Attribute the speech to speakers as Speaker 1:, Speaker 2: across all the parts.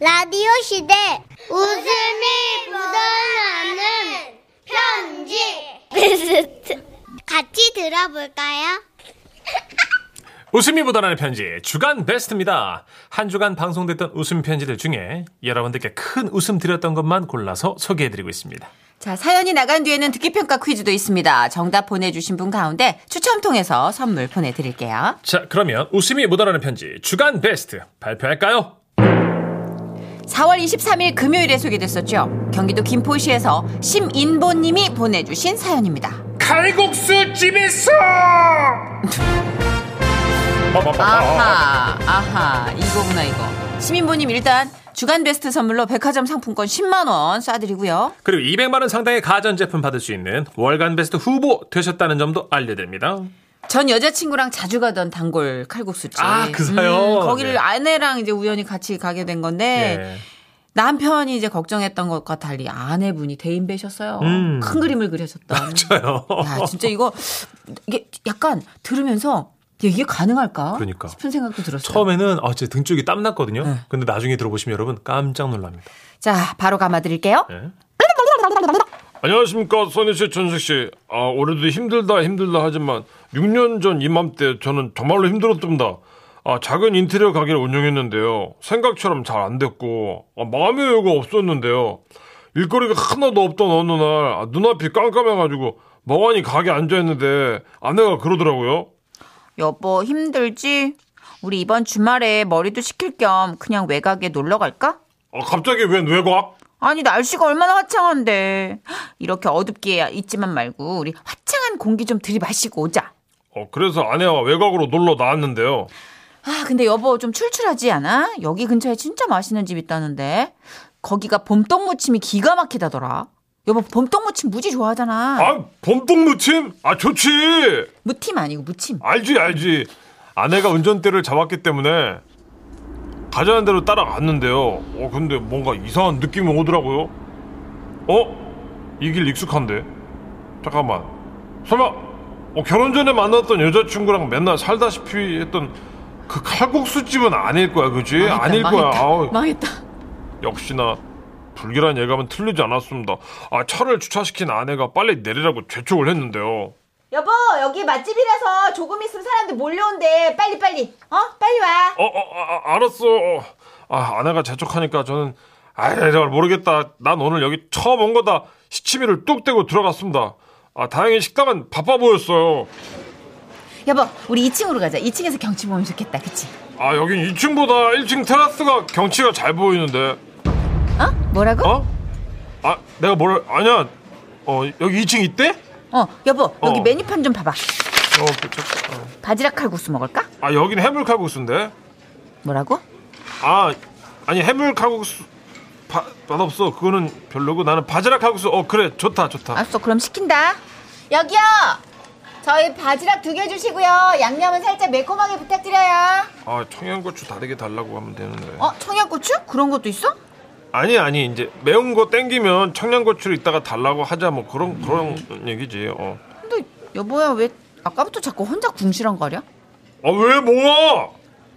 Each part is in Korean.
Speaker 1: 라디오 시대 웃음이 묻어나는 편지 베스트 같이 들어볼까요?
Speaker 2: 웃음이 묻어나는 편지 주간 베스트입니다. 한 주간 방송됐던 웃음 편지들 중에 여러분들께 큰 웃음 드렸던 것만 골라서 소개해드리고 있습니다.
Speaker 3: 자, 사연이 나간 뒤에는 듣기평가 퀴즈도 있습니다. 정답 보내주신 분 가운데 추첨 통해서 선물 보내드릴게요.
Speaker 2: 자, 그러면 웃음이 묻어나는 편지 주간 베스트 발표할까요?
Speaker 3: 4월 23일 금요일에 소개됐었죠. 경기도 김포시에서 심인보님이 보내주신 사연입니다.
Speaker 2: 칼국수 집에서.
Speaker 3: 아하, 아하, 이거구나, 이거. 심인보님 일단 주간 베스트 선물로 백화점 상품권 10만원 쏴드리고요.
Speaker 2: 그리고 200만 원 상당의 가전 제품 받을 수 있는 월간 베스트 후보 되셨다는 점도 알려드립니다.
Speaker 3: 전 여자친구랑 자주 가던 단골 칼국수집. 음,
Speaker 2: 아, 그 사연.
Speaker 3: 거기를
Speaker 2: 네.
Speaker 3: 아내랑 이제 우연히 같이 가게 된 건데
Speaker 2: 예.
Speaker 3: 남편이 이제 걱정했던 것과 달리 아내분이 대인배셨어요.
Speaker 2: 음.
Speaker 3: 큰 그림을 그려셨던.
Speaker 2: 저요.
Speaker 3: 야, 진짜 이거 이게 약간 들으면서 야, 이게 가능할까?
Speaker 2: 그러니까.
Speaker 3: 싶은 생각도 들었어요.
Speaker 2: 처음에는 아, 제 등쪽이 땀 났거든요. 근데 나중에 들어보시면 여러분 깜짝 놀랍니다.
Speaker 3: 자, 바로 감아 드릴게요.
Speaker 2: 예. 안녕하십니까 선희 씨, 천식 씨. 아 올해도 힘들다 힘들다 하지만 6년 전 이맘때 저는 정말로 힘들었습니다. 아 작은 인테리어 가게를 운영했는데요. 생각처럼 잘 안 됐고 아, 마음의 여유가 없었는데요. 일거리가 하나도 없던 어느 날 아, 눈앞이 깜깜해가지고 멍하니 가게 앉아 있는데 아내가 그러더라고요.
Speaker 3: 여보, 힘들지? 우리 이번 주말에 머리도 식힐 겸 그냥 외곽에 놀러 갈까?
Speaker 2: 아 갑자기 웬 외곽?
Speaker 3: 아니, 날씨가 얼마나 화창한데. 이렇게 어둡게 있지만 말고 우리 화창한 공기 좀 들이마시고 오자.
Speaker 2: 어 그래서 아내와 외곽으로 놀러 나왔는데요.
Speaker 3: 아, 근데 여보 좀 출출하지 않아? 여기 근처에 진짜 맛있는 집 있다는데. 거기가 봄떡무침이 기가 막히다더라. 여보 봄떡무침 무지 좋아하잖아.
Speaker 2: 아 봄동 무침? 아 좋지.
Speaker 3: 무침 아니고 무침.
Speaker 2: 알지 알지 아내가 운전대를 잡았기 때문에 가자는 대로 따라갔는데요 어 근데 뭔가 이상한 느낌이 오더라고요 어? 이 길 익숙한데 잠깐만 설마 어, 결혼 전에 만났던 여자친구랑 맨날 살다시피 했던 그 칼국수집은 아닐 거야 그지? 아닐 거야
Speaker 3: 망했다.
Speaker 2: 아우,
Speaker 3: 망했다.
Speaker 2: 역시나 불길한 예감은 틀리지 않았습니다 아 차를 주차시킨 아내가 빨리 내리라고 재촉을 했는데요
Speaker 3: 여보 여기 맛집이라서 조금 있으면 사람들 몰려온대. 빨리 빨리. 어? 빨리 와.
Speaker 2: 어, 어, 아, 아, 알았어. 어. 아, 아내가 재촉하니까 저는 아이, 정말 모르겠다. 난 오늘 여기 처음 온 거다. 시치미를 뚝 떼고 들어갔습니다. 아, 다행히 식당은 바빠 보였어요.
Speaker 3: 여보 우리 2층으로 가자. 2층에서 경치 보면 좋겠다. 그치?
Speaker 2: 아, 여긴 2층보다 1층 테라스가 경치가 잘 보이는데.
Speaker 3: 어? 뭐라고?
Speaker 2: 어? 아, 내가 뭘 아니야. 어, 여기 2층 있대?
Speaker 3: 어, 여보 여기
Speaker 2: 어.
Speaker 3: 메뉴판 좀 봐봐.
Speaker 2: 어, 그쵸. 어.
Speaker 3: 바지락 칼국수 먹을까?
Speaker 2: 아, 여긴 해물 칼국수인데.
Speaker 3: 뭐라고?
Speaker 2: 아, 아니 해물 칼국수 바, 맛없어. 그거는 별로고 나는 바지락 칼국수. 어, 그래. 좋다. 좋다.
Speaker 3: 알았어 그럼 시킨다.
Speaker 4: 여기요. 저희 바지락 두 개 주시고요. 양념은 살짝 매콤하게 부탁드려요.
Speaker 2: 아 청양고추 다르게 달라고 하면 되는데
Speaker 3: 어 청양고추? 그런 것도 있어?
Speaker 2: 아니 아니 이제 매운 거 땡기면 청양고추를 이따가 달라고 하자 뭐 그런 그런 얘기지 어.
Speaker 3: 근데 여보야 왜 아까부터 자꾸 혼자 궁시렁거려?
Speaker 2: 아 왜 뭐야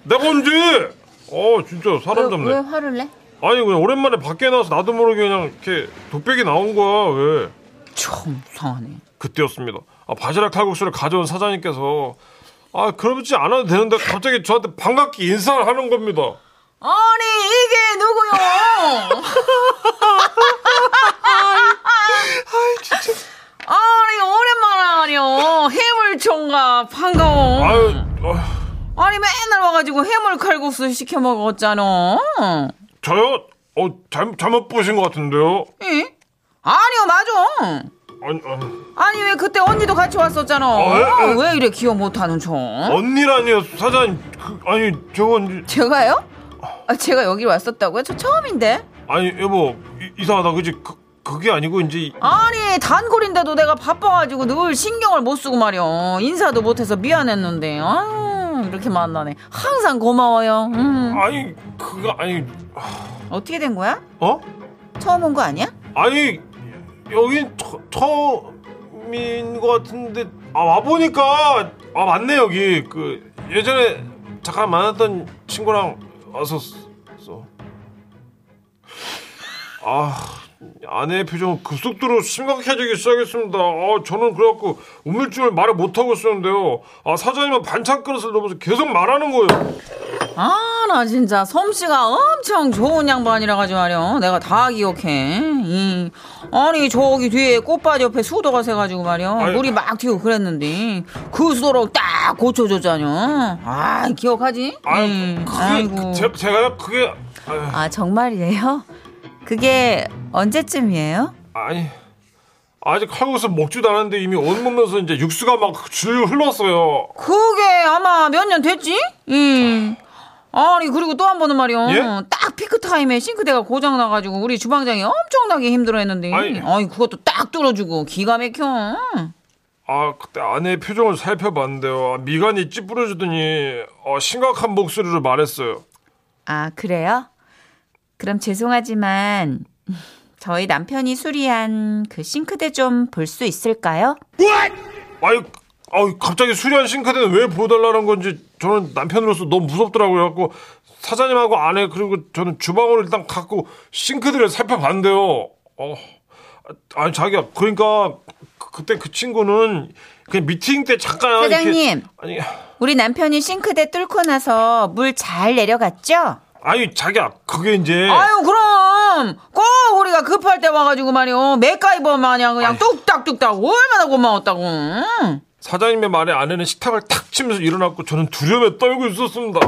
Speaker 2: 내가 언제 어 진짜 사람
Speaker 3: 왜,
Speaker 2: 잡네
Speaker 3: 왜 화를 내?
Speaker 2: 아니 그냥 오랜만에 밖에 나와서 나도 모르게 그냥 이렇게 독백이 나온 거야 왜
Speaker 3: 참 이상하네.
Speaker 2: 그때였습니다 아 바지락 칼국수를 가져온 사장님께서 아 그러지 않아도 되는데 갑자기 저한테 반갑게 인사를 하는 겁니다
Speaker 3: 아니 이게 누구요? 아니 오랜만에 아니요 해물총각 반가워
Speaker 2: 아유 어, 아휴.
Speaker 3: 아니 맨날 와가지고 해물 칼국수 시켜 먹었잖아
Speaker 2: 저요 어 잘못 잘못 보신 것 같은데요
Speaker 3: 응? 아니요 맞아
Speaker 2: 아니 아니
Speaker 3: 아니 왜 그때 언니도 같이 왔었잖아
Speaker 2: 어, 에, 어? 에.
Speaker 3: 왜 이래 기억 못하는 척
Speaker 2: 언니라니요 사장님 그, 아니 저건
Speaker 3: 제가요? 아, 제가 여기 왔었다고요? 저 처음인데.
Speaker 2: 아니 여보 이, 상하다 그지 그, 그게 아니고 이제
Speaker 3: 아니 단골인데도 내가 바빠가지고 늘 신경을 못 쓰고 말이야. 인사도 못해서 미안했는데. 아유 이렇게 만나네. 항상 고마워요. 음.
Speaker 2: 아니 그거 아니
Speaker 3: 어떻게 된 거야?
Speaker 2: 어
Speaker 3: 처음 온 거 아니야?
Speaker 2: 아니 여긴 처, 처음인 것 같은데 아 와보니까 아 맞네 여기 그 예전에 잠깐 만났던 친구랑 와서
Speaker 5: 아, 아내의 표정은 급속도로 심각해지기 시작했습니다. 아, 저는 그래갖고 우물쭈물 말을 못하고 있었는데요. 아, 사장님은 반찬 그릇을 넘어서 계속 말하는 거예요.
Speaker 6: 아 나 진짜 솜씨가 엄청 좋은 양반이라 가지 말이야 어, 내가 다 기억해 이, 아니 저기 뒤에 꽃밭 옆에 수도가 새가지고 말이야
Speaker 5: 아유.
Speaker 6: 물이 막 튀고 그랬는데 그 수도로 딱 고쳐줬잖여 아 기억하지?
Speaker 5: 아,
Speaker 6: 응.
Speaker 5: 그게,
Speaker 6: 음, 아이고.
Speaker 5: 그 제, 제가요? 그게, 아유,
Speaker 7: 아, 정말이에요? 그게 언제쯤이에요?
Speaker 5: 아니. 아직 칼국수 먹지도 않았는데 이미 온몸에서 이제 육수가 막 줄줄 흘렀어요.
Speaker 6: 그게 아마 몇 년 됐지? 음. 아니 그리고 또 한 번은 말이야.
Speaker 5: 예?
Speaker 6: 딱 피크 타임에 싱크대가 고장 나가지고 우리 주방장이 엄청나게 힘들어했는데.
Speaker 5: 아니.
Speaker 6: 아니, 그것도 딱 뚫어주고 기가 막혀.
Speaker 5: 아 그때 아내의 표정을 살펴봤는데요 아, 미간이 찌푸려지더니 어, 심각한 목소리로 말했어요
Speaker 7: 아, 그래요? 그럼 죄송하지만 저희 남편이 수리한 그 싱크대 좀 볼 수 있을까요?
Speaker 5: 아이 아이, 갑자기 수리한 싱크대는 왜 보여달라는 건지 저는 남편으로서 너무 무섭더라고요 갖고 사장님하고 아내 그리고 저는 주방으로 일단 갖고 싱크대를 살펴봤는데요 어 아니 자기야 그러니까 그- 그때 그 친구는 그냥 미팅 때 잠깐 아, 이렇게-
Speaker 7: 사장님.
Speaker 5: 아니
Speaker 7: 우리 남편이 싱크대 뚫고 나서 물 잘 내려갔죠?
Speaker 5: 아니 자기야 그게 이제
Speaker 2: 예.
Speaker 6: 아유 그럼 꼭 우리가 급할 때 와가지고 말이야. 맥가이버 마냥 그냥 뚝딱뚝딱 얼마나 고마웠다고.
Speaker 5: 사장님의 말에 아내는 식탁을 탁 치면서 일어났고 저는 두려움에 떨고 있었습니다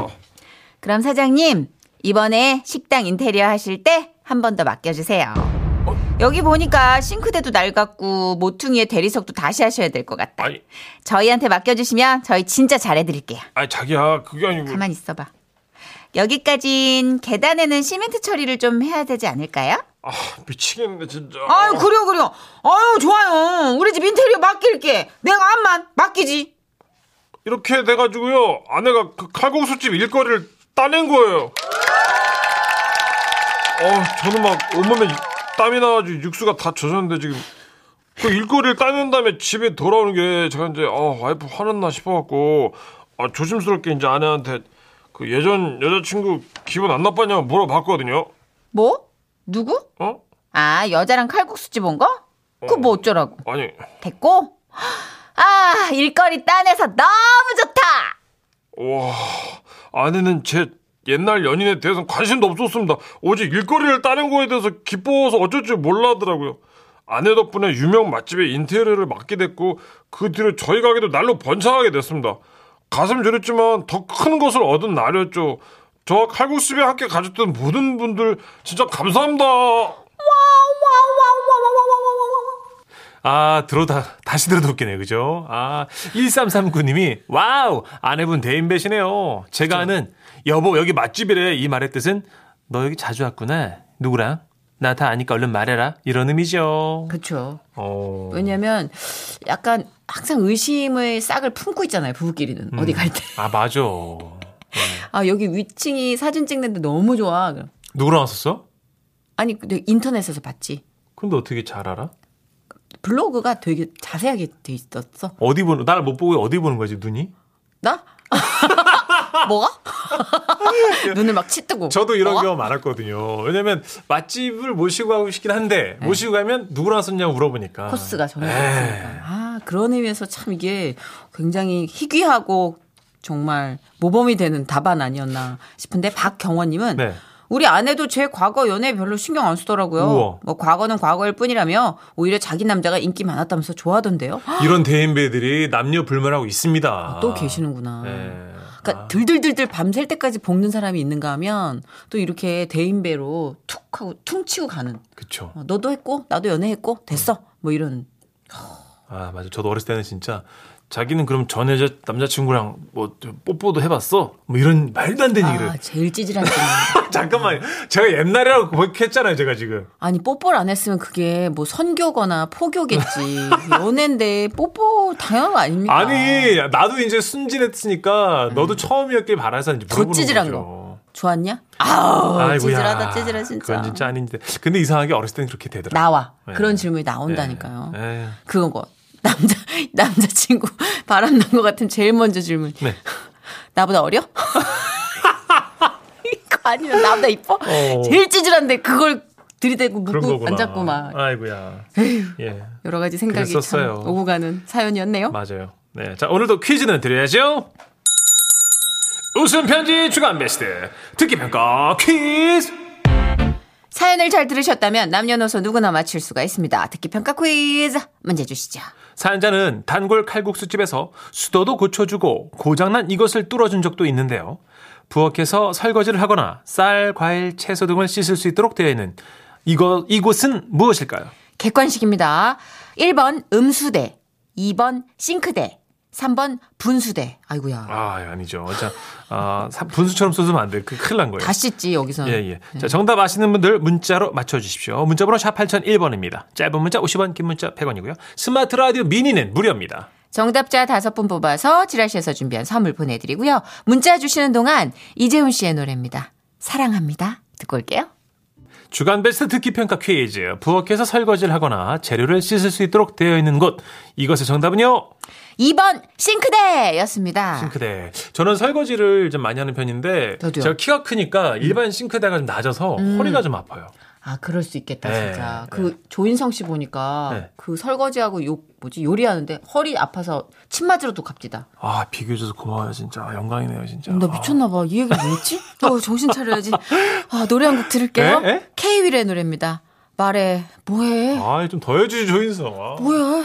Speaker 7: 그럼 사장님, 이번에 식당 인테리어 하실 때 한 번 더 맡겨주세요.
Speaker 6: 여기 보니까 싱크대도 낡았고 모퉁이에 대리석도 다시 하셔야 될 것 같다.
Speaker 5: 아니,
Speaker 7: 저희한테 맡겨주시면 저희 진짜 잘해드릴게요.
Speaker 2: 예.
Speaker 5: 아니 자기야 그게 아니고
Speaker 7: 가만 있어봐. 여기까진 계단에는 시멘트 처리를 좀 해야 되지 않을까요?
Speaker 5: 아 미치겠네 진짜
Speaker 6: 아유 그래요 그래요. 아유 좋아요. 우리 집 인테리어 맡길게. 내가 암만 맡기지.
Speaker 5: 이렇게 돼가지고요 아내가 그 칼국수집 일거리를 따낸 거예요 어 저는 막 온몸에 땀이 나가지고 육수가 다 젖었는데 지금 그 일거리를 따낸 다음에 집에 돌아오는 게 제가 이제 아 와이프 화났나 싶어갖고 아 조심스럽게 이제 아내한테 그 예전 여자친구 기분 안 나빴냐고 물어봤거든요
Speaker 6: 뭐? 누구?
Speaker 5: 어?
Speaker 6: 아, 여자랑 칼국수집 온 거? 그거 뭐 어쩌라고.
Speaker 5: 아니
Speaker 6: 됐고?
Speaker 7: 아, 일거리 따내서 너무 좋다!
Speaker 5: 와, 아내는 제 옛날 연인에 대해서는 관심도 없었습니다. 오직 일거리를 따는 거에 대해서 기뻐서 어쩔 줄 몰라 하더라고요. 아내 덕분에 유명 맛집의 인테리어를 맡게 됐고 그 뒤로 저희 가게도 날로 번창하게 됐습니다. 가슴 저렸지만 더 큰 것을 얻은 날이었죠. 저와 칼국수에 함께 가졌던 모든 분들 진짜 감사합니다.
Speaker 2: 아, 들어다, 다시 들어도 웃기네, 그죠? 아, 1339님이, 와우! 아내분 대인 배시네요. 제가 아는, 여보, 여기 맛집이래. 이 말의 뜻은, 너 여기 자주 왔구나. 누구랑? 나 다 아니까 얼른 말해라. 이런 의미죠.
Speaker 3: 그쵸.
Speaker 2: 어.
Speaker 3: 왜냐면 약간 항상 의심의 싹을 품고 있잖아요. 부부끼리는. 어디 갈 때.
Speaker 2: 아, 맞아.
Speaker 3: 아, 여기 위층이 사진 찍는데 너무 좋아. 그럼.
Speaker 2: 누구랑 왔었어?
Speaker 3: 아니, 근데 인터넷에서 봤지.
Speaker 2: 근데 어떻게 잘 알아?
Speaker 3: 블로그가 되게 자세하게 돼 있었어.
Speaker 2: 어디 보는, 날 못 보고 어디 보는 거지, 눈이?
Speaker 3: 나? 뭐가? 눈을 막 치뜨고.
Speaker 2: 저도 이런
Speaker 3: 뭐가?
Speaker 2: 경우 많았거든요. 왜냐면 맛집을 모시고 가고 싶긴 한데 모시고 가면 누구랑 왔었냐고 물어보니까
Speaker 3: 네. 코스가 전혀
Speaker 2: 예.
Speaker 3: 없으니까. 아, 그런 의미에서 참 이게 굉장히 희귀하고 정말 모범이 되는 답안 아니었나 싶은데 박경원님은
Speaker 2: 네.
Speaker 3: 우리 아내도 제 과거 연애 별로 신경 안 쓰더라고요.
Speaker 2: 우와.
Speaker 3: 뭐 과거는 과거일 뿐이라며 오히려 자기 남자가 인기 많았다면서 좋아하던데요.
Speaker 2: 이런 대인배들이 남녀 불문하고 있습니다.
Speaker 3: 아, 또 계시는구나.
Speaker 2: 아. 네.
Speaker 3: 그러니까 들들들들 밤샐 때까지 볶는 사람이 있는가 하면 또 이렇게 대인배로 툭 하고 퉁치고 가는.
Speaker 2: 그쵸.
Speaker 3: 어, 너도 했고 나도 연애했고 됐어. 뭐 이런
Speaker 2: 아 맞아. 저도 어렸을 때는 진짜 자기는 그럼 전 여자 남자친구랑 뭐좀 뽀뽀도 해봤어? 뭐 이런 말도 안 되는 얘기를.
Speaker 3: 아, 제일 찌질한 게
Speaker 2: 잠깐만. 요 제가 옛날이라고 그렇게 했잖아요. 제가 지금.
Speaker 3: 아니 뽀뽀를 안 했으면 그게 뭐 선교거나 포교겠지 연애인데 뽀뽀 당연한 거 아닙니까?
Speaker 2: 아니 나도 이제 순진했으니까 너도 처음이었길 바라서 이제 물어보는
Speaker 3: 찌질한
Speaker 2: 거죠.
Speaker 3: 좋았냐?
Speaker 2: 아이고야.
Speaker 3: 어, 찌질하다, 찌질해, 진짜.
Speaker 2: 그건 진짜 아닌데. 근데 이상하게 어렸을 땐 그렇게 예. 되더라.
Speaker 3: 나와
Speaker 2: 네.
Speaker 3: 그런 질문이 나온다니까요.
Speaker 2: 에휴.
Speaker 3: 그건 거 남자 남자친구 바람난 것 같은 제일 먼저 질문.
Speaker 2: 네.
Speaker 3: 나보다 어려? 이거 아니면 나보다 이뻐?
Speaker 2: 어.
Speaker 3: 제일 찌질한데 그걸
Speaker 4: 들이대고
Speaker 2: 그런
Speaker 4: 묶고
Speaker 2: 거구나.
Speaker 4: 앉았고 막
Speaker 2: 아이고야. 예.
Speaker 4: 여러 가지 생각이 참
Speaker 2: 그랬었어요.
Speaker 4: 오고 가는 사연이었네요.
Speaker 2: 맞아요. 네. 자, 오늘도 퀴즈는 드려야죠. 웃음 편지 주간 베스트 듣기 평가 퀴즈.
Speaker 4: 사연을 잘 들으셨다면 남녀노소 누구나 맞힐 수가 있습니다. 듣기 평가 퀴즈 문제 주시죠.
Speaker 2: 사연자는 단골 칼국수집에서 수도도 고쳐주고 고장난 이것을 뚫어준 적도 있는데요. 부엌에서 설거지를 하거나 쌀, 과일, 채소 등을 씻을 수 있도록 되어 있는 이거, 이곳은 무엇일까요?
Speaker 4: 객관식입니다. 1번 음수대, 2번 싱크대, 3번 분수대. 아이고야.
Speaker 2: 아, 아니죠. 자, 아, 사- 분수처럼 쏟으면 안 돼. 그 큰일 난 거예요.
Speaker 4: 다 씻지 여기서는.
Speaker 2: 예, 예.
Speaker 4: 네.
Speaker 2: 자, 정답 아시는 분들 문자로 맞춰주십시오. 문자번호 샵 8001번입니다. 짧은 문자 50원, 긴 문자 100원이고요. 스마트 라디오 미니는 무료입니다.
Speaker 4: 정답자 다섯 분 뽑아서 지라시에서 준비한 선물 보내드리고요. 문자 주시는 동안 이재훈 씨의 노래입니다. 사랑합니다. 듣고 올게요.
Speaker 2: 주간 베스트 듣기 평가 퀴즈. 부엌에서 설거지를 하거나 재료를 씻을 수 있도록 되어 있는 곳. 이것의 정답은요?
Speaker 4: 2번 싱크대였습니다.
Speaker 2: 싱크대. 저는 설거지를 좀 많이 하는 편인데
Speaker 4: 아. 저도요. 음.
Speaker 2: 제가 키가 크니까 일반 싱크대가 좀 낮아서 허리가 좀 아파요.
Speaker 4: 아 그럴 수 있겠다
Speaker 2: 네,
Speaker 4: 진짜.
Speaker 2: 네.
Speaker 4: 그 조인성 씨 보니까
Speaker 2: 네.
Speaker 4: 그 설거지하고 요 뭐지 요리하는데 허리 아파서 침 맞으러도 갑디다.
Speaker 2: 아, 비교해줘서 고마워요, 진짜. 영광이네요, 진짜.
Speaker 4: 나
Speaker 2: 아.
Speaker 4: 미쳤나 봐. 이 얘기를 왜 했지? 어, 정신 차려야지. 아, 노래 한 곡 들을게요.
Speaker 2: 에? 에?
Speaker 4: 케이윌의 노래입니다. 말해. 뭐해?
Speaker 2: 아이 좀 더 해주지 조인성. 아.
Speaker 4: 뭐야?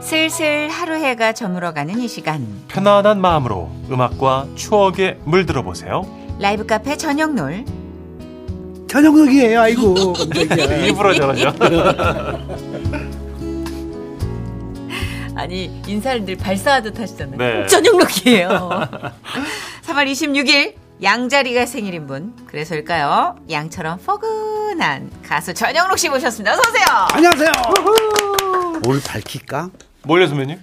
Speaker 3: 슬슬 하루 해가 저물어가는 이 시간
Speaker 2: 편안한 마음으로 음악과 추억에 물들어 보세요.
Speaker 3: 라이브 카페 저녁 놀
Speaker 8: 저녁이에요. 아이고.
Speaker 2: 일부러 저러죠.
Speaker 4: 아니, 인사를 늘 발사하듯 하시잖아요.
Speaker 2: 네.
Speaker 3: 저녁록이에요. 3월 26일 양자리가 생일인 분 그래서일까요? 양처럼 포근한 가수 전영록 씨 모셨습니다. 어서 오세요.
Speaker 8: 안녕하세요. 뭘 밝힐까?
Speaker 2: 몰래 선배님?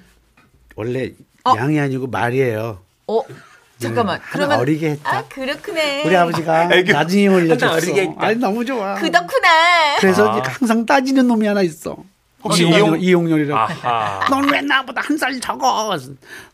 Speaker 8: 원래 양이 아니고 말이에요.
Speaker 3: 어 잠깐만.
Speaker 8: 네. 하나
Speaker 3: 그러면
Speaker 8: 어리게 했다.
Speaker 3: 아 그렇구네.
Speaker 8: 우리 아버지가
Speaker 2: 애교.
Speaker 8: 나중에
Speaker 2: 하나
Speaker 8: 올려줬어.
Speaker 2: 어리게 했다.
Speaker 8: 아니 너무 좋아.
Speaker 3: 그렇구나.
Speaker 8: 그래서
Speaker 2: 아.
Speaker 8: 이제 항상 따지는 놈이 하나 있어.
Speaker 2: 혹시 이용-
Speaker 8: 이용열, 이용열이라고.
Speaker 2: 아하.
Speaker 8: 넌 왜 나보다 한 살 적어?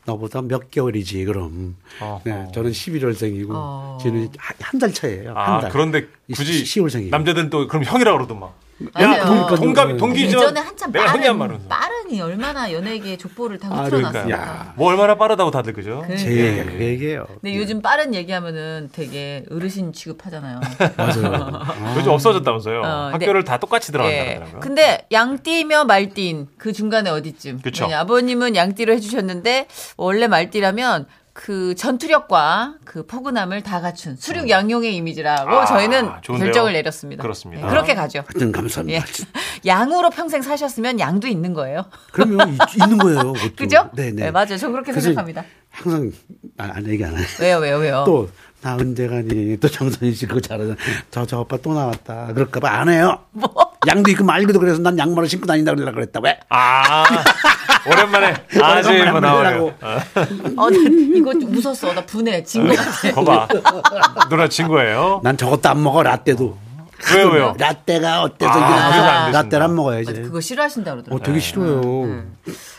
Speaker 8: 너보다 몇 개월이지 그럼.
Speaker 2: 어허.
Speaker 8: 네, 저는 11월생이고 쟤는 한 달 차이예요.
Speaker 2: 아,
Speaker 8: 한 달.
Speaker 2: 그런데
Speaker 8: 이
Speaker 2: 굳이
Speaker 8: 10월생이에요.
Speaker 2: 남자들은 또 그럼 형이라 그러더만.
Speaker 3: 아니에요.
Speaker 8: 그러니까요.
Speaker 2: 동갑이 동기지만
Speaker 3: 예전에 한참
Speaker 2: 내가 흔히 한
Speaker 3: 빠른
Speaker 2: 말은.
Speaker 3: 빠른이 얼마나 연예계의 족보를 타고
Speaker 8: 아,
Speaker 3: 틀어놨습니다.
Speaker 8: 그러니까요. 야.
Speaker 2: 뭐 얼마나 빠르다고 다들 그죠?
Speaker 3: 그-
Speaker 8: 제 얘기가
Speaker 2: 네.
Speaker 8: 그 얘기예요.
Speaker 3: 근데 네, 요즘 빠른 얘기하면은 되게 어르신 취급하잖아요.
Speaker 8: 맞아요.
Speaker 2: 요즘 없어졌다면서요.
Speaker 3: 어, 근데-
Speaker 2: 학교를 다 똑같이
Speaker 3: 예.
Speaker 2: 들어간다더라고요.
Speaker 3: 근데 양띠며 말띠인 그 중간에 어디쯤.
Speaker 2: 그쵸.
Speaker 3: 왜냐, 아버님은 양띠로 해주셨는데 원래 말띠라면 그 전투력과 그 포근함을 다 갖춘 수륙 양용의 이미지라고
Speaker 2: 음. 아,
Speaker 3: 저희는
Speaker 2: 좋은데요.
Speaker 3: 결정을 내렸습니다.
Speaker 2: 그렇습니다.
Speaker 3: 렇게 가죠.
Speaker 8: 하여튼 감사합니다.
Speaker 3: 예. 양으로 평생 사셨으면 양도 있는 거예요.
Speaker 8: 그러면 있- 있는 거예요. 그것도.
Speaker 3: 그죠?
Speaker 8: 네네.
Speaker 3: 맞아요. 저 그렇게
Speaker 8: 그래서
Speaker 3: 생각합니다. 어.
Speaker 8: 항상 아, 안 얘기 안 해.
Speaker 3: 왜요, 왜요, 왜요?
Speaker 8: 또 나은재가니 또 정선이 씨 그거 잘하잖아. 저 저 오빠 또 나왔다. 그럴까봐 안 해요.
Speaker 3: 뭐?
Speaker 8: 양도 있고 말고도 그래서 난 양말을 신고 다닌다 그러려 그랬다. 왜?
Speaker 2: 아 오랜만에 아재
Speaker 8: 오랜만에
Speaker 2: 뭐 나오네요.
Speaker 8: 보려고.
Speaker 2: 아,
Speaker 3: 어, 나 이거 좀 웃었어. 나 분해. 진
Speaker 8: 네.
Speaker 3: 것 같아.
Speaker 2: 어, 거봐 누나 친 거예요.
Speaker 8: 난 저것도 안 먹어 라떼도.
Speaker 2: 왜요 왜요?
Speaker 8: 라떼가 어때서
Speaker 2: 아,
Speaker 8: 이게
Speaker 2: 그래서 안 드신다.
Speaker 8: 라떼를 안 먹어야지.
Speaker 3: 그거 네. 싫어하신다 그러더라고요.
Speaker 8: 어 되게 싫어요.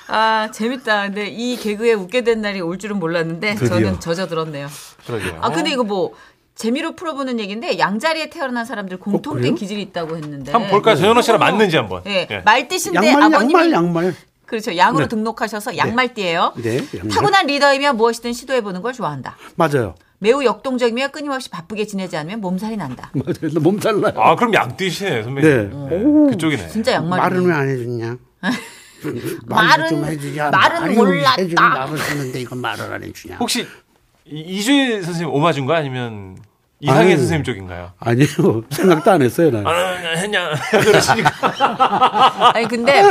Speaker 3: 아 재밌다. 근데 이 개그에 웃게 된 날이 올 줄은 몰랐는데
Speaker 8: 드디어.
Speaker 3: 저는 젖어들었네요.
Speaker 2: 그러게요.
Speaker 3: 아 근데
Speaker 8: 어?
Speaker 3: 이거 뭐 재미로 풀어보는 얘기인데 양자리에 태어난 사람들 공통된
Speaker 8: 그래요?
Speaker 3: 기질이 있다고 했는데
Speaker 2: 한번
Speaker 8: 네.
Speaker 2: 볼까요? 전현호 씨랑
Speaker 3: 어머.
Speaker 2: 맞는지 한번.
Speaker 3: 예,
Speaker 2: 예.
Speaker 3: 말띠신데
Speaker 8: 양말
Speaker 3: 아버님이
Speaker 8: 양말 양말.
Speaker 3: 그렇죠 양으로 등록하셔서 양말띠예요.
Speaker 8: 네, 양말.
Speaker 3: 타고난 리더이며 무엇이든 시도해보는 걸 좋아한다.
Speaker 8: 맞아요.
Speaker 3: 매우 역동적이며 끊임없이 바쁘게 지내지 않으면 몸살이 난다.
Speaker 8: 맞아요. 나 몸살 나요.
Speaker 2: 아 그럼 양띠시네
Speaker 8: 네.
Speaker 2: 선배님. 네, 그쪽이네.
Speaker 3: 진짜 양말이
Speaker 8: 말은 왜 안 해줬냐? 말도 좀 해주냐?
Speaker 3: 말은
Speaker 8: 말이
Speaker 3: 몰랐다.
Speaker 8: 해주는 말을 했는데 이건 말을 안 해주냐?
Speaker 2: 혹시 이- 이주일 선생님 오마주인가 아니면 이상해
Speaker 8: 아유.
Speaker 2: 선생님 쪽인가요?
Speaker 8: 아니요 생각도 안 했어요 나.
Speaker 2: 아, 했냐 그러시니까
Speaker 3: 아니 근데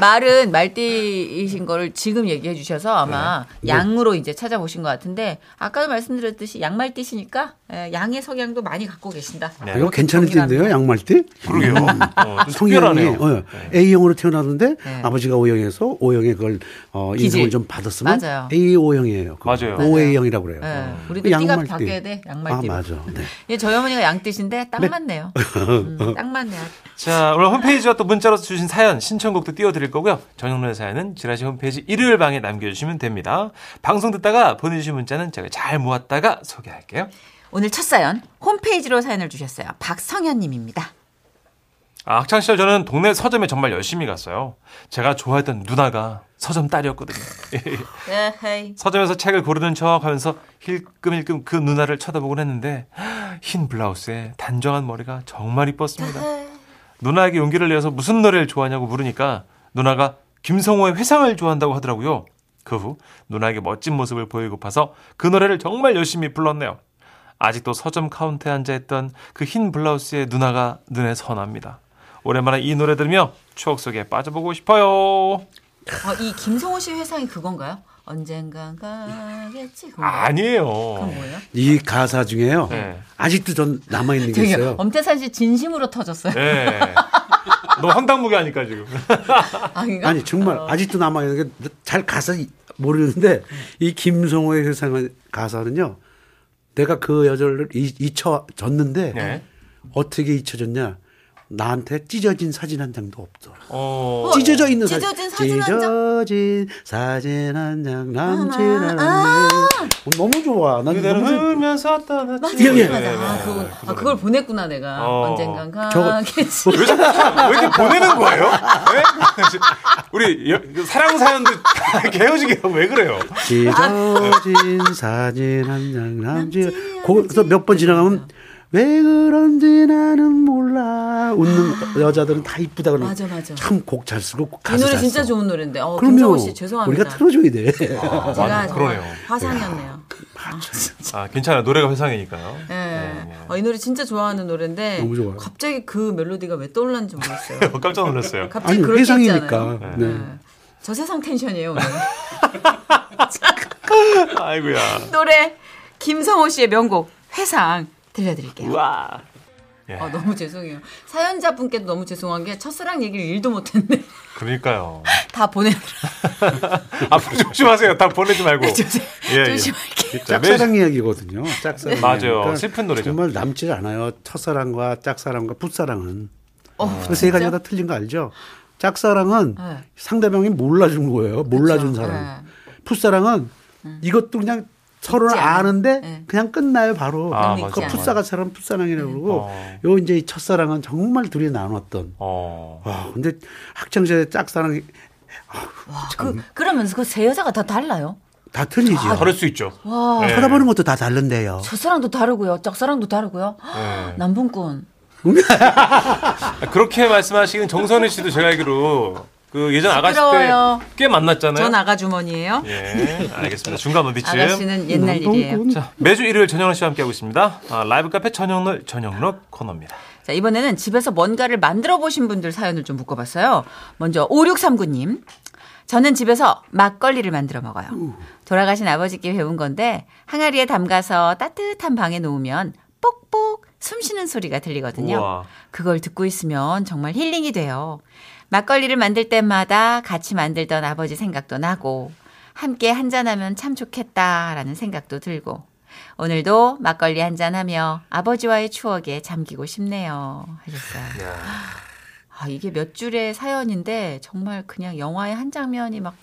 Speaker 9: 말은 말띠이신 거를 지금 얘기해 주셔서 아마
Speaker 8: 네.
Speaker 9: 양으로 이제 찾아보신 것 같은데 아까도 말씀드렸듯이 양말띠시니까 예, 양의 성향도 많이 갖고 계신다.
Speaker 8: 이거 괜찮은 띠인데요, 양말띠?
Speaker 5: 네.
Speaker 8: 음.
Speaker 5: 그러게요. 어, 좀
Speaker 8: 성형이
Speaker 5: 특별하네요.
Speaker 8: 어, A형으로 태어났는데
Speaker 9: 네.
Speaker 8: 아버지가 O형에서 O형의 그걸 어, 인정을 좀 받았으면
Speaker 9: 맞아요.
Speaker 8: AO형이에요.
Speaker 5: 맞아요.
Speaker 8: OA형이라고 그래요.
Speaker 9: 예,
Speaker 8: 어.
Speaker 9: 우리도 띠가
Speaker 8: 양말띠.
Speaker 9: 바뀌어야 돼.
Speaker 8: 아,
Speaker 9: 양말띠.
Speaker 8: 맞아. 네.
Speaker 9: 예, 저희 어머니가 양띠신데 딱 맞네요. 음, 딱 맞네요.
Speaker 2: 자, 오늘 홈페이지와 또 문자로 주신 사연, 신청곡도 띄워드릴 거고요. 전용론 사연은 지라시 홈페이지 일요일 방에 남겨주시면 됩니다. 방송 듣다가 보내주신 문자는 제가 잘 모았다가 소개할게요.
Speaker 3: 오늘 첫 사연 홈페이지로 사연을 주셨어요. 박성현님입니다.
Speaker 2: 아, 학창시절 저는 동네 서점에 정말 열심히 갔어요. 제가 좋아했던 누나가 서점 딸이었거든요.
Speaker 3: 네, 에헤이.
Speaker 2: 서점에서 책을 고르는 척 하면서 힐끔힐끔 그 누나를 쳐다보곤 했는데 흰 블라우스에 단정한 머리가 정말 이뻤습니다. 누나에게 용기를 내서 무슨 노래를 좋아하냐고 물으니까 누나가 김성호의 회상을 좋아한다고 하더라고요. 그 후 누나에게 멋진 모습을 보이고파서 그 노래를 정말 열심히 불렀네요. 아직도 서점 카운터에 앉아있던 그 흰 블라우스의 누나가 눈에 선합니다. 오랜만에 이 노래 들으며 추억 속에 빠져보고 싶어요.
Speaker 9: 어, 이 김성호 씨 회상이 그건가요? 언젠간 가겠지. 그건
Speaker 2: 아니에요.
Speaker 9: 뭐예요?
Speaker 8: 이 가사 중에요.
Speaker 2: 네.
Speaker 8: 아직도 전 남아있는 게
Speaker 9: 되게
Speaker 8: 있어요. 네.
Speaker 9: 엄태산 씨 진심으로 터졌어요.
Speaker 2: 예. 너무 황당무게 하니까 지금.
Speaker 9: 아, 이거?
Speaker 8: 아니 정말 아직도 남아 있는 게 잘 가사
Speaker 9: 네.
Speaker 8: 모르는데 이 김성호의 세상은 가사는요. 내가 그 여자를 잊- 잊혀졌는데
Speaker 2: 네.
Speaker 8: 어떻게 잊혀졌냐? 나한테 찢어진 사진 한 장도 없어.
Speaker 2: 어.
Speaker 8: 찢어져 있는
Speaker 9: 찢어진 사진 한 장?
Speaker 8: 찢어진 사진 한 장 남친하네.
Speaker 9: 아!
Speaker 8: 너무 좋아. 난
Speaker 2: 그대로
Speaker 8: 너무 좋아.
Speaker 2: 흐르면서 떠나.
Speaker 9: 맞아,
Speaker 8: 예, 예.
Speaker 9: 맞아. 아, 그거, 아, 그걸 보냈구나, 내가.
Speaker 2: 어.
Speaker 9: 언젠간
Speaker 8: 저거-
Speaker 9: 가겠지.
Speaker 2: 왜, 자꾸- 왜 이렇게 보내는 거예요? 예? 우리 여- 그 사랑 사연도 개어지게 왜 그래요?
Speaker 9: 아.
Speaker 8: 찢어진 사진 한 장 남친. 거기서 몇 번 지나가면
Speaker 9: 네.
Speaker 8: 왜 그런지 나는 몰라. 웃는 여자들은 다 이쁘다 그러는.
Speaker 9: 아. 맞아, 맞아.
Speaker 8: 참 곡 잘 쓰고 곡
Speaker 9: 이
Speaker 8: 가사
Speaker 9: 노래
Speaker 8: 잘
Speaker 9: 진짜
Speaker 8: 써.
Speaker 9: 좋은 노래인데. 어,
Speaker 8: 그럼요.
Speaker 9: 김성호 씨, 죄송합니다.
Speaker 8: 우리가 틀어줘야 돼.
Speaker 9: 제가
Speaker 2: 맞아,
Speaker 9: 정말
Speaker 2: 그러네요.
Speaker 9: 화상이었네요.
Speaker 2: 아, 괜찮아요. 노래가 회상이니까요.
Speaker 9: 예. 어, 이 노래 진짜 좋아하는 노래인데
Speaker 8: 너무 좋아요.
Speaker 9: 갑자기 그 멜로디가 왜 떠올랐는지 모르겠어요.
Speaker 2: 깜짝 놀랐어요.
Speaker 9: 갑자기
Speaker 8: 아니
Speaker 9: 그럴 때
Speaker 8: 회상이니까.
Speaker 9: 있잖아요.
Speaker 8: 네.
Speaker 9: 예. 저 세상 텐션이에요, 오늘.
Speaker 2: 아이고야.
Speaker 9: 노래 김성호 씨의 명곡 회상 들려드릴게요.
Speaker 2: 와.
Speaker 8: 예.
Speaker 9: 아, 너무 죄송해요. 사연자분께도 너무 죄송한 게 첫사랑 얘기를 일도 못했네.
Speaker 2: 그러니까요.
Speaker 9: 다 보내라.
Speaker 8: 어.
Speaker 2: 앞으로 조심하세요. 다 보내지 말고.
Speaker 9: 네, 조심-
Speaker 2: 예, 예.
Speaker 9: 조심할게요.
Speaker 2: 자, 매주- 음.
Speaker 8: 짝사랑 이야기거든요. 짝사랑.
Speaker 2: 맞아요.
Speaker 8: 이야기니까
Speaker 2: 슬픈 노래죠.
Speaker 8: 정말 남질 않아요. 첫사랑과 짝사랑과 풋사랑은.
Speaker 9: 어,
Speaker 8: 그 세 가지가 다 틀린 거 알죠? 짝사랑은 상대방이 몰라준 거예요. 몰라준 사람. 풋사랑은 이것도 그냥 서로
Speaker 9: 있지 않아요.
Speaker 8: 아는데
Speaker 9: 네.
Speaker 8: 그냥 끝나요 바로.
Speaker 2: 아,
Speaker 8: 그
Speaker 2: 맞아.
Speaker 8: 풋사가처럼 풋사랑이라고 그러고
Speaker 2: 어.
Speaker 8: 요 이제 이 첫사랑은 정말 둘이 나눴던.
Speaker 2: 어.
Speaker 8: 와 근데 학창시절 짝사랑
Speaker 9: 그, 그러면서 그 세 여자가 다 달라요.
Speaker 8: 다 틀리지요.
Speaker 2: 다를 어. 수 있죠.
Speaker 9: 아, 와,
Speaker 2: 예.
Speaker 8: 쳐다보는 것도 다 다른데요.
Speaker 9: 첫사랑도 다르고요. 짝사랑도 다르고요.
Speaker 8: 예.
Speaker 9: 남분꾼.
Speaker 2: 아, 그렇게 말씀하시는 정선희 씨도 제가 알기로 그 예전 아가씨 때
Speaker 9: 시끄러워요.
Speaker 2: 꽤
Speaker 8: 네.
Speaker 2: 만났잖아요.
Speaker 3: 전 아가 주머니예요.
Speaker 2: 예, 알겠습니다. 중간 어디쯤?
Speaker 3: 아가씨는
Speaker 8: 음,
Speaker 3: 옛날 일이에요.
Speaker 2: 자, 매주 일요일 전영로 씨와 함께하고 있습니다. 아, 라이브 카페 전영로 전영로 코너입니다.
Speaker 3: 자, 이번에는 집에서 뭔가를 만들어 보신 분들 사연을 좀 묶어봤어요. 먼저 5639님. 저는 집에서 막걸리를 만들어 먹어요.
Speaker 2: 음.
Speaker 3: 돌아가신 아버지께 배운 건데 항아리에 담가서 따뜻한 방에 놓으면 뽁뽁 숨쉬는 소리가 들리거든요.
Speaker 2: 우와.
Speaker 3: 그걸 듣고 있으면 정말 힐링이 돼요. 막걸리를 만들 때마다 같이 만들던 아버지 생각도 나고 함께 한잔하면 참 좋겠다라는 생각도 들고 오늘도 막걸리 한잔하며 아버지와의 추억에 잠기고 싶네요 하셨어요. 아 이게 몇 줄의 사연인데 정말 그냥 영화의 한 장면이 막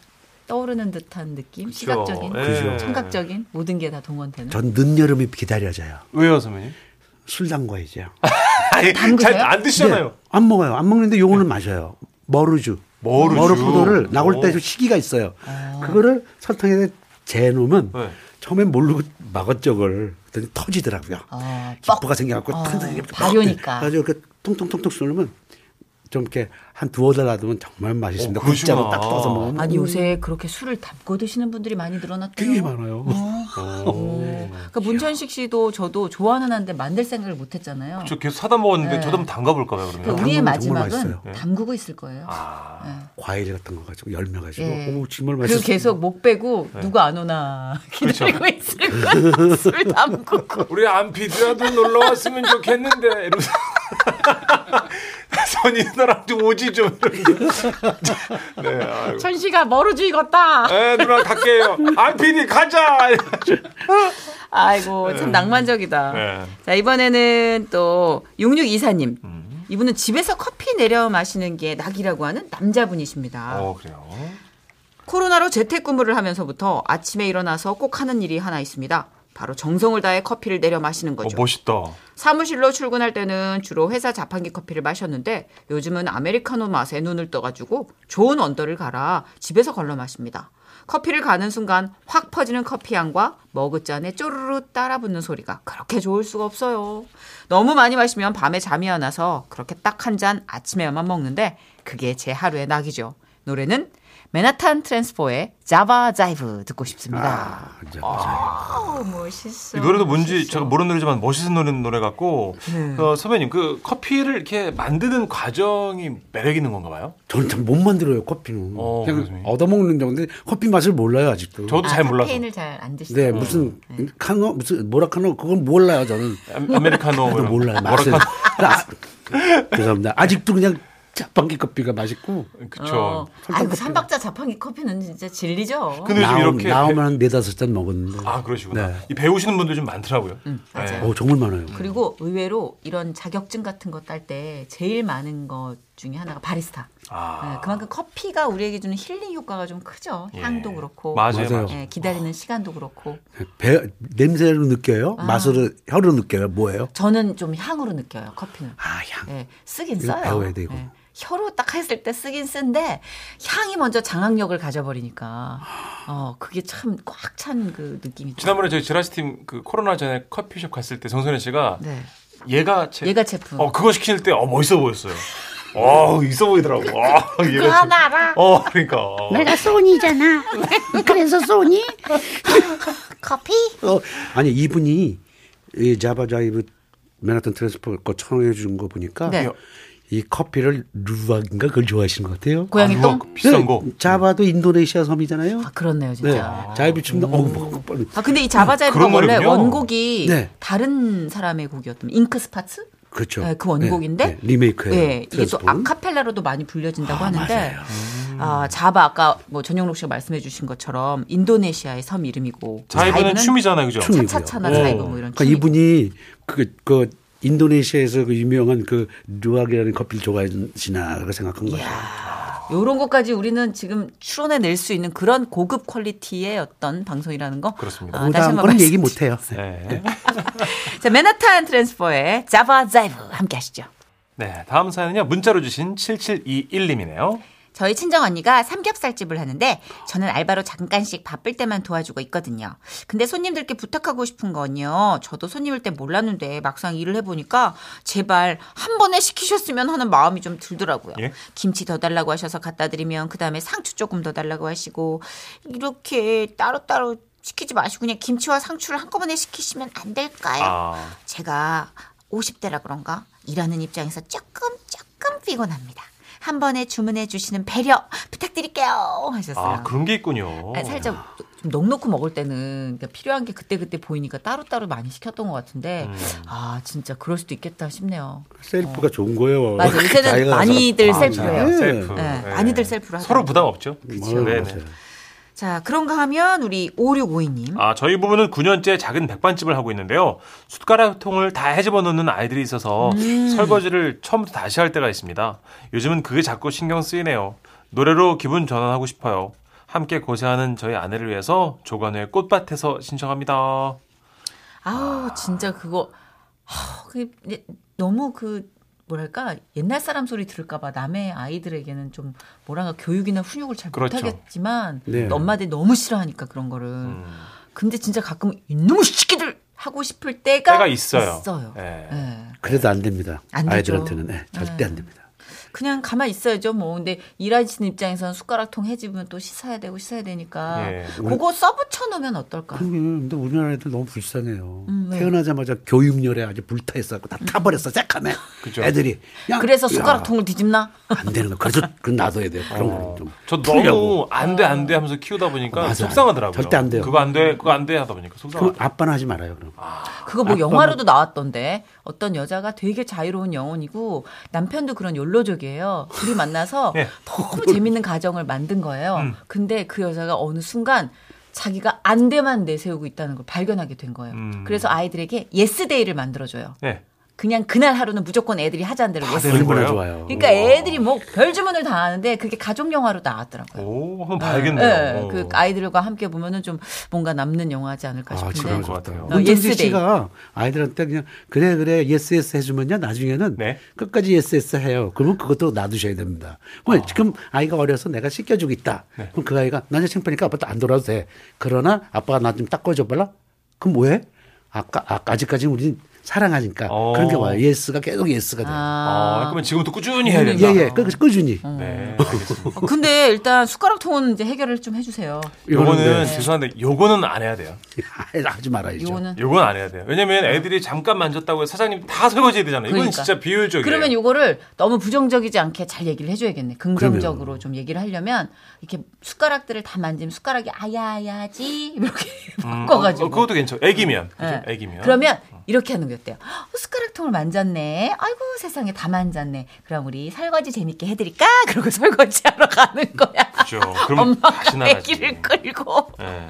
Speaker 3: 떠오르는 듯한 느낌, 시각적인,
Speaker 2: 그죠.
Speaker 3: 청각적인 모든 게 다 동원되는.
Speaker 8: 전 늦여름이 기다려져요.
Speaker 2: 왜요, 선배님?
Speaker 8: 술 담궈야죠.
Speaker 2: 아니,
Speaker 3: 담그세요?
Speaker 2: 잘안 드시잖아요.
Speaker 8: 네, 안 먹어요. 안 먹는데 요거는 마셔요. 머루주.
Speaker 2: 머루주.
Speaker 8: 포도를 나올 때
Speaker 2: 오. 아.
Speaker 8: 시기가 있어요. 그거를 설탕에 재놓으면
Speaker 2: 네.
Speaker 8: 처음엔 모르고 막았죠, 그걸. 그랬더니 터지더라고요.
Speaker 2: 아.
Speaker 9: 아,
Speaker 8: 기포가 생겨갖고 탄탄하게
Speaker 9: 발효니까.
Speaker 8: 그래서 이렇게 통통통통 쏘면 좀 이렇게 한 두어 달 놔두면 정말 맛있습니다.
Speaker 2: 어,
Speaker 8: 국자로
Speaker 2: 그러시구나.
Speaker 8: 딱 떠서 먹으면 뭐.
Speaker 9: 아니 요새 그렇게 술을 담고 드시는 분들이 많이 늘어났대요.
Speaker 8: 되게 많아요.
Speaker 9: 그러니까 문천식 씨도 저도 좋아하는 한데 만들 생각을 못 했잖아요.
Speaker 2: 저 계속 사다 먹었는데
Speaker 9: 네.
Speaker 2: 저도 한번 담가볼까요 그러면?
Speaker 8: 네.
Speaker 9: 우리의
Speaker 8: 당근은 정말
Speaker 9: 마지막은
Speaker 8: 맛있어요. 예.
Speaker 9: 담그고 있을 거예요.
Speaker 8: 과일 같은 거 가지고 열매 가지고
Speaker 9: 예.
Speaker 8: 오 뭐, 정말 예. 그렇죠.
Speaker 9: 그리고
Speaker 8: 맛있어.
Speaker 9: 계속 목 빼고 누가 안 오나 기다리고 있을 거야. 술 담그고.
Speaker 2: 우리 안피디라도 놀러 왔으면 좋겠는데 이러면서 선이 누나랑 좀 오지 좀. 이러면서. 네, 아이고.
Speaker 9: 천식아 머루 죽었다.
Speaker 2: 에 누나 갈게요. 아, 안피디 가자.
Speaker 9: 아이고 참 낭만적이다.
Speaker 2: 네.
Speaker 9: 자 이번에는 또 6624님.
Speaker 2: 음.
Speaker 9: 이분은 집에서 커피 내려 마시는 게 낙이라고 하는 남자분이십니다.
Speaker 2: 어 그래요.
Speaker 9: 코로나로 재택근무를 하면서부터 아침에 일어나서 꼭 하는 일이 하나 있습니다. 바로 정성을 다해 커피를 내려 마시는
Speaker 2: 어
Speaker 9: 거죠.
Speaker 2: 멋있다.
Speaker 9: 사무실로 출근할 때는 주로 회사 자판기 커피를 마셨는데 요즘은 아메리카노 맛에 눈을 떠가지고 좋은 원두를 갈아 집에서 걸러 마십니다. 커피를 가는 순간 확 퍼지는 커피향과 머그잔에 쪼르르 따라 붙는 소리가 그렇게 좋을 수가 없어요. 너무 많이 마시면 밤에 잠이 안 와서 그렇게 딱 한 잔 아침에만 먹는데 그게 제 하루의 낙이죠. 노래는 맨하탄 트랜스포의 자바 자이브 듣고 싶습니다.
Speaker 8: 아, 진짜 맞아요.
Speaker 2: 이 노래도 뭔지 제가 모르는 노래지만 멋있는 노래 노래 같고 어, 선배님 그 커피를 이렇게 만드는 과정이 매력 있는 건가 봐요?
Speaker 8: 저는 참 못 만들어요 커피는.
Speaker 2: 어,
Speaker 8: 그냥
Speaker 2: 그렇습니까?
Speaker 8: 얻어먹는 정도인데 커피 맛을 몰라요 아직도.
Speaker 2: 저도 잘 몰라서
Speaker 3: 페인을 잘 안 드시죠.
Speaker 8: 네 무슨 카노 무슨 뭐라 카노 그건 몰라요 저는.
Speaker 2: 아- 아메리카노
Speaker 8: 나도
Speaker 2: 이런 거.
Speaker 8: 몰라요 맛을.
Speaker 2: 뭐라카-
Speaker 8: 아, 죄송합니다. 아직도 그냥 자판기 커피가 맛있고
Speaker 2: 그쵸.
Speaker 3: 어. 아이고 삼박자 자판기 커피는 진짜 진리죠.
Speaker 2: 근데 요즘
Speaker 8: 나오,
Speaker 2: 이렇게
Speaker 8: 나오면 한 네다섯 잔 먹었는데.
Speaker 2: 아 그러시구나. 네.
Speaker 8: 네.
Speaker 2: 이 배우시는 분들 좀 많더라고요.
Speaker 3: 음.
Speaker 2: 맞아요.
Speaker 8: 어 정말 많아요.
Speaker 3: 그리고 의외로 이런 자격증 같은 거 딸 때 제일 많은 것 중에 하나가 바리스타.
Speaker 2: 아.
Speaker 3: 네, 그만큼 커피가 우리에게 주는 힐링 효과가 좀 크죠. 향도 그렇고,
Speaker 2: 예. 맞아요. 어.
Speaker 8: 맞아요.
Speaker 3: 예, 기다리는 시간도 그렇고.
Speaker 8: 배 냄새로 느껴요?
Speaker 3: 아.
Speaker 8: 맛으로 혀로 느껴요? 뭐예요?
Speaker 3: 저는 좀 향으로 느껴요 커피는.
Speaker 8: 아 향.
Speaker 3: 예, 쓰긴
Speaker 8: 이거
Speaker 3: 써요.
Speaker 8: 배워야 돼, 이거.
Speaker 3: 예, 혀로 딱 했을 때 쓰긴 쓴데 향이 먼저 장악력을 가져버리니까 어 그게 참 꽉 찬 그 느낌이죠.
Speaker 2: 지난번에 저희 지라시 팀그 코로나 전에 커피숍 갔을 때 정선혜 씨가
Speaker 3: 네,
Speaker 2: 얘가 제
Speaker 3: 얘가 제품.
Speaker 2: 어 그거 시킬 때 어 멋있어 보였어요. 어 있어 보이더라고. 어,
Speaker 3: 그거
Speaker 2: 얘가
Speaker 3: 하나 알아.
Speaker 2: 어 그러니까 어.
Speaker 1: 내가 소니잖아. 그래서 소니? 커피?
Speaker 8: 어, 아니 이분이 이 자바자이브 맨하탄 트랜스포 거 청해 준 거 보니까
Speaker 3: 네.
Speaker 8: 이 커피를 루왁인가 그걸 좋아하시는 것 같아요.
Speaker 3: 고양이 똥.
Speaker 2: 그 비싼 거.
Speaker 8: 네, 자바도 인도네시아 섬이잖아요.
Speaker 3: 아 그렇네요 진짜. 음.
Speaker 8: 네, 자이브 춤도 어우 뭐 빨리.
Speaker 3: 아 근데 이 자바자이브가
Speaker 2: 그런
Speaker 3: 원래
Speaker 2: 노래군요.
Speaker 3: 원곡이
Speaker 8: 네.
Speaker 3: 다른 사람의 곡이었던 잉크 스파츠?
Speaker 8: 그렇죠.
Speaker 3: 네, 그 원곡인데?
Speaker 8: 리메이크예요.
Speaker 3: 네, 이게 또
Speaker 8: 트랜스포.
Speaker 3: 아카펠라로도 많이 불려진다고 하는데
Speaker 2: 음.
Speaker 3: 아 자바 아까 뭐 전영록 씨가 말씀해주신 것처럼 인도네시아의 섬 이름이고
Speaker 2: 자이브는 춤이잖아요, 그죠?
Speaker 8: 춤이고요.
Speaker 3: 차차차나
Speaker 8: 어.
Speaker 3: 자이브 뭐 이런
Speaker 8: 그러니까
Speaker 3: 춤이-
Speaker 8: 이분이 그, 그 인도네시아에서 그 유명한 그 루왁이라는 커피를 좋아하시나 그렇게 생각한 거죠.
Speaker 3: 요런 것까지 우리는 지금 추론해 낼 수 있는 그런 고급 퀄리티의 어떤 방송이라는 거
Speaker 2: 그렇습니다.
Speaker 3: 아,
Speaker 8: 그
Speaker 3: 다시
Speaker 8: 다음
Speaker 3: 한번
Speaker 8: 거는
Speaker 3: 말씀.
Speaker 8: 얘기 못 해요.
Speaker 2: 네.
Speaker 3: 자 맨하탄 트랜스퍼의 자바 자이브 함께 하시죠.
Speaker 2: 네, 다음 사연은요. 문자로 주신 7721님이네요.
Speaker 3: 저희 친정 언니가 삼겹살집을 하는데 저는 알바로 잠깐씩 바쁠 때만 도와주고 있거든요. 근데 손님들께 부탁하고 싶은 건요. 저도 손님일 때 몰랐는데 막상 일을 해보니까 제발 한 번에 시키셨으면 하는 마음이 좀 들더라고요.
Speaker 2: 예?
Speaker 3: 김치 더 달라고 하셔서 갖다 드리면 그 다음에 상추 조금 더 달라고 하시고 이렇게 따로따로 시키지 마시고 그냥 김치와 상추를 한꺼번에 시키시면 안 될까요?
Speaker 2: 아,
Speaker 3: 제가 50대라 그런가 일하는 입장에서 조금 조금 피곤합니다. 한 번에 주문해 주시는 배려 부탁드릴게요 하셨어요.
Speaker 2: 아 그런 게 있군요.
Speaker 3: 아, 살짝 좀 넉넉히 먹을 때는 그러니까 필요한 게 그때 그때 보이니까 따로 따로 많이 시켰던 것 같은데
Speaker 2: 음.
Speaker 3: 아 진짜 그럴 수도 있겠다 싶네요.
Speaker 8: 셀프가 좋은 거예요.
Speaker 3: 맞아 요새는
Speaker 8: 자기가
Speaker 3: 많이들
Speaker 8: 알아서.
Speaker 3: 셀프예요.
Speaker 8: 네. 뭐
Speaker 2: 셀프.
Speaker 3: 네,
Speaker 2: 네.
Speaker 3: 많이들 셀프로
Speaker 2: 서로
Speaker 3: 하더라고요.
Speaker 2: 부담 없죠.
Speaker 8: 음, 맞아요,
Speaker 2: 네, 네.
Speaker 8: 맞아요.
Speaker 3: 자 그런가 하면 우리 5652님
Speaker 2: 아, 저희 부부는 9년째 작은 백반집을 하고 있는데요. 숟가락통을 다 헤집어 놓는 아이들이 있어서 설거지를 처음부터 다시 할 때가 있습니다. 요즘은 그게 자꾸 신경 쓰이네요. 노래로 기분 전환하고 싶어요. 함께 고생하는 저희 아내를 위해서 조관우의 꽃밭에서 신청합니다.
Speaker 3: 아우 진짜 그거 하, 그게 이제 너무 그 뭐랄까 옛날 사람 소리 들을까봐 남의 아이들에게는 좀 뭐랄까 교육이나 훈육을 잘
Speaker 2: 그렇죠.
Speaker 3: 못하겠지만
Speaker 8: 네.
Speaker 3: 또 엄마들이 너무 싫어하니까 그런 거를
Speaker 2: 음.
Speaker 3: 근데 진짜 가끔 이놈의 새끼들 하고 싶을 때가
Speaker 2: 때가 있어요.
Speaker 3: 있어요.
Speaker 2: 예.
Speaker 3: 예.
Speaker 8: 그래도 안 됩니다.
Speaker 3: 안 되죠.
Speaker 8: 아이들한테는 네, 절대 안 됩니다.
Speaker 3: 그냥 가만 있어야죠. 뭐 근데 일하시는 입장에서는 숟가락통 해집으면 또 씻어야 되고 씻어야 되니까
Speaker 2: 예.
Speaker 3: 그거 써붙여 놓으면 어떨까? 음,
Speaker 8: 그게 근데 우리나라 애들 너무 불쌍해요. 태어나자마자 교육열에 아주 불타있어갖고 다 타버렸어. 새카매. 애들이. 그냥
Speaker 3: 그래서
Speaker 8: 야,
Speaker 3: 숟가락통을 뒤집나?
Speaker 8: 안 되는 거. 그래서 그건 놔둬야 돼요. 그런 거는 좀.
Speaker 2: 저
Speaker 8: 풀려고.
Speaker 2: 너무 안 돼 안 돼 하면서 키우다 보니까
Speaker 8: 맞아요.
Speaker 2: 속상하더라고요.
Speaker 8: 절대 안 돼요.
Speaker 2: 그거 안 돼, 그거 안 돼 하다 보니까
Speaker 8: 그럼
Speaker 2: 속상하더라고요.
Speaker 8: 아빠는 하지 말아요. 그럼.
Speaker 3: 그거 뭐 영화로도 나왔던데 어떤 여자가 되게 자유로운 영혼이고 남편도 그런 욜로족이에요. 둘이 만나서
Speaker 2: 예.
Speaker 3: 너무 재밌는 가정을 만든 거예요.
Speaker 2: 음.
Speaker 3: 근데 그 여자가 어느 순간 자기가 안 돼만 내세우고 있다는 걸 발견하게 된 거예요.
Speaker 2: 음.
Speaker 3: 그래서 아이들에게 예스데이를 만들어줘요.
Speaker 2: 예.
Speaker 3: 그냥 그날 하루는 무조건 애들이 하자는 대로 예스.
Speaker 8: 얼마나
Speaker 2: 거예요?
Speaker 8: 좋아요.
Speaker 3: 그러니까 애들이 뭐 별 주문을 다 하는데 그게 가족 영화로 나왔더라고요.
Speaker 2: 오, 한번
Speaker 3: 예,
Speaker 2: 봐야겠네요. 오.
Speaker 3: 그 아이들과 함께 보면은 좀 뭔가 남는 영화지 않을까
Speaker 8: 아,
Speaker 3: 싶은데.
Speaker 8: 지금
Speaker 2: 것 같아요.
Speaker 3: 어,
Speaker 8: 문정수
Speaker 3: yesterday.
Speaker 8: 씨가 아이들한테 그냥 그래 그래 예스 예스 해주면요 나중에는
Speaker 2: 네.
Speaker 8: 끝까지 예스 예스 해요. 그러면 그것도 놔두셔야 됩니다. 그럼 지금 아이가 어려서 내가 씻겨주고 있다. 그럼 그 아이가 나 이제 창피니까 아빠도 안 돌아도 돼. 그러나 아빠가 나 좀 닦아줘 빨라. 그럼 뭐해? 아까 아까 아직까지 우리는 사랑하니까
Speaker 2: 어.
Speaker 8: 그런 게 와요. 예스가 계속 예스가 돼요.
Speaker 2: 아, 그러면 지금부터 꾸준히 해야 된다.
Speaker 8: 예예 끄 꾸준히.
Speaker 2: 네, 알겠습니다.
Speaker 3: 어, 근데 일단 숟가락통은 이제 해결을 좀 해주세요.
Speaker 2: 요거는
Speaker 8: 네.
Speaker 2: 죄송한데 요거는 안 해야 돼요.
Speaker 8: 하지 말아야죠.
Speaker 3: 요거는
Speaker 2: 요건 안 해야 돼요. 왜냐면 애들이 잠깐 만졌다고 해서 사장님 다 설거지 해야 되잖아요. 이건
Speaker 3: 아. 그러니까.
Speaker 2: 진짜 비효율적이에요.
Speaker 3: 그러면 요거를 너무 부정적이지 않게 잘 얘기를 해줘야겠네. 긍정적으로 좀 얘기를 하려면 이렇게 숟가락들을 다 만지면 숟가락이 아야야지 이렇게
Speaker 2: 음,
Speaker 3: 바꿔가지고.
Speaker 2: 어, 그것도 괜찮아요. 애기면. 그죠?
Speaker 3: 예.
Speaker 2: 애기면.
Speaker 3: 그러면 이렇게 하는 게 어때요? 어, 숟가락통을 만졌네. 아이고 세상에 다 만졌네. 그럼 우리 설거지 재밌게 해드릴까? 그러고 설거지하러 가는 거야.
Speaker 2: 그죠. 그러면 다시
Speaker 3: 엄마가
Speaker 2: 나가지.
Speaker 3: 애기를 끌고.
Speaker 2: 예.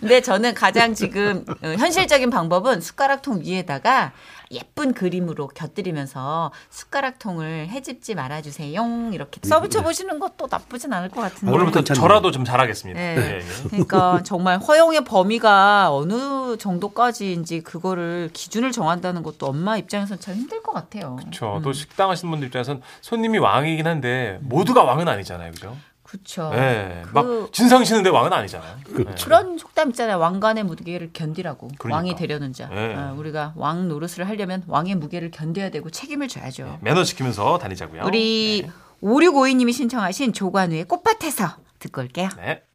Speaker 3: 근데 저는 가장 지금 어, 현실적인 방법은 숟가락통 위에다가 예쁜 그림으로 곁들이면서 숟가락통을 해집지 말아주세요. 이렇게
Speaker 2: 네.
Speaker 3: 써붙여 보시는 것도 나쁘진 않을 것 같은데.
Speaker 2: 오늘부터
Speaker 8: 괜찮네요.
Speaker 2: 저라도 좀 잘하겠습니다.
Speaker 3: 네.
Speaker 2: 예, 예.
Speaker 3: 그러니까 정말 허용의 범위가 어느 정도까지인지 그거를 기준을 정한다는 것도 엄마 입장에서는 참 힘들 것 같아요.
Speaker 2: 그렇죠.
Speaker 3: 음.
Speaker 2: 또 식당 하시는 분들 입장에선 손님이 왕이긴 한데 모두가 왕은 아니잖아요, 그죠?
Speaker 3: 그렇죠.
Speaker 2: 예.
Speaker 3: 그-
Speaker 2: 막 진상 치는데 왕은 아니잖아요. 예.
Speaker 3: 그런 속담 있잖아요. 왕관의 무게를 견디라고.
Speaker 2: 그러니까.
Speaker 3: 왕이 되려는 자.
Speaker 2: 네.
Speaker 3: 어, 우리가 왕 노릇을 하려면 왕의 무게를 견뎌야 되고 책임을 져야죠.
Speaker 2: 매너 지키면서 다니자고요. 네.
Speaker 3: 우리 5652님이 신청하신 조관우의 꽃밭에서 듣고 올게요.
Speaker 2: 네.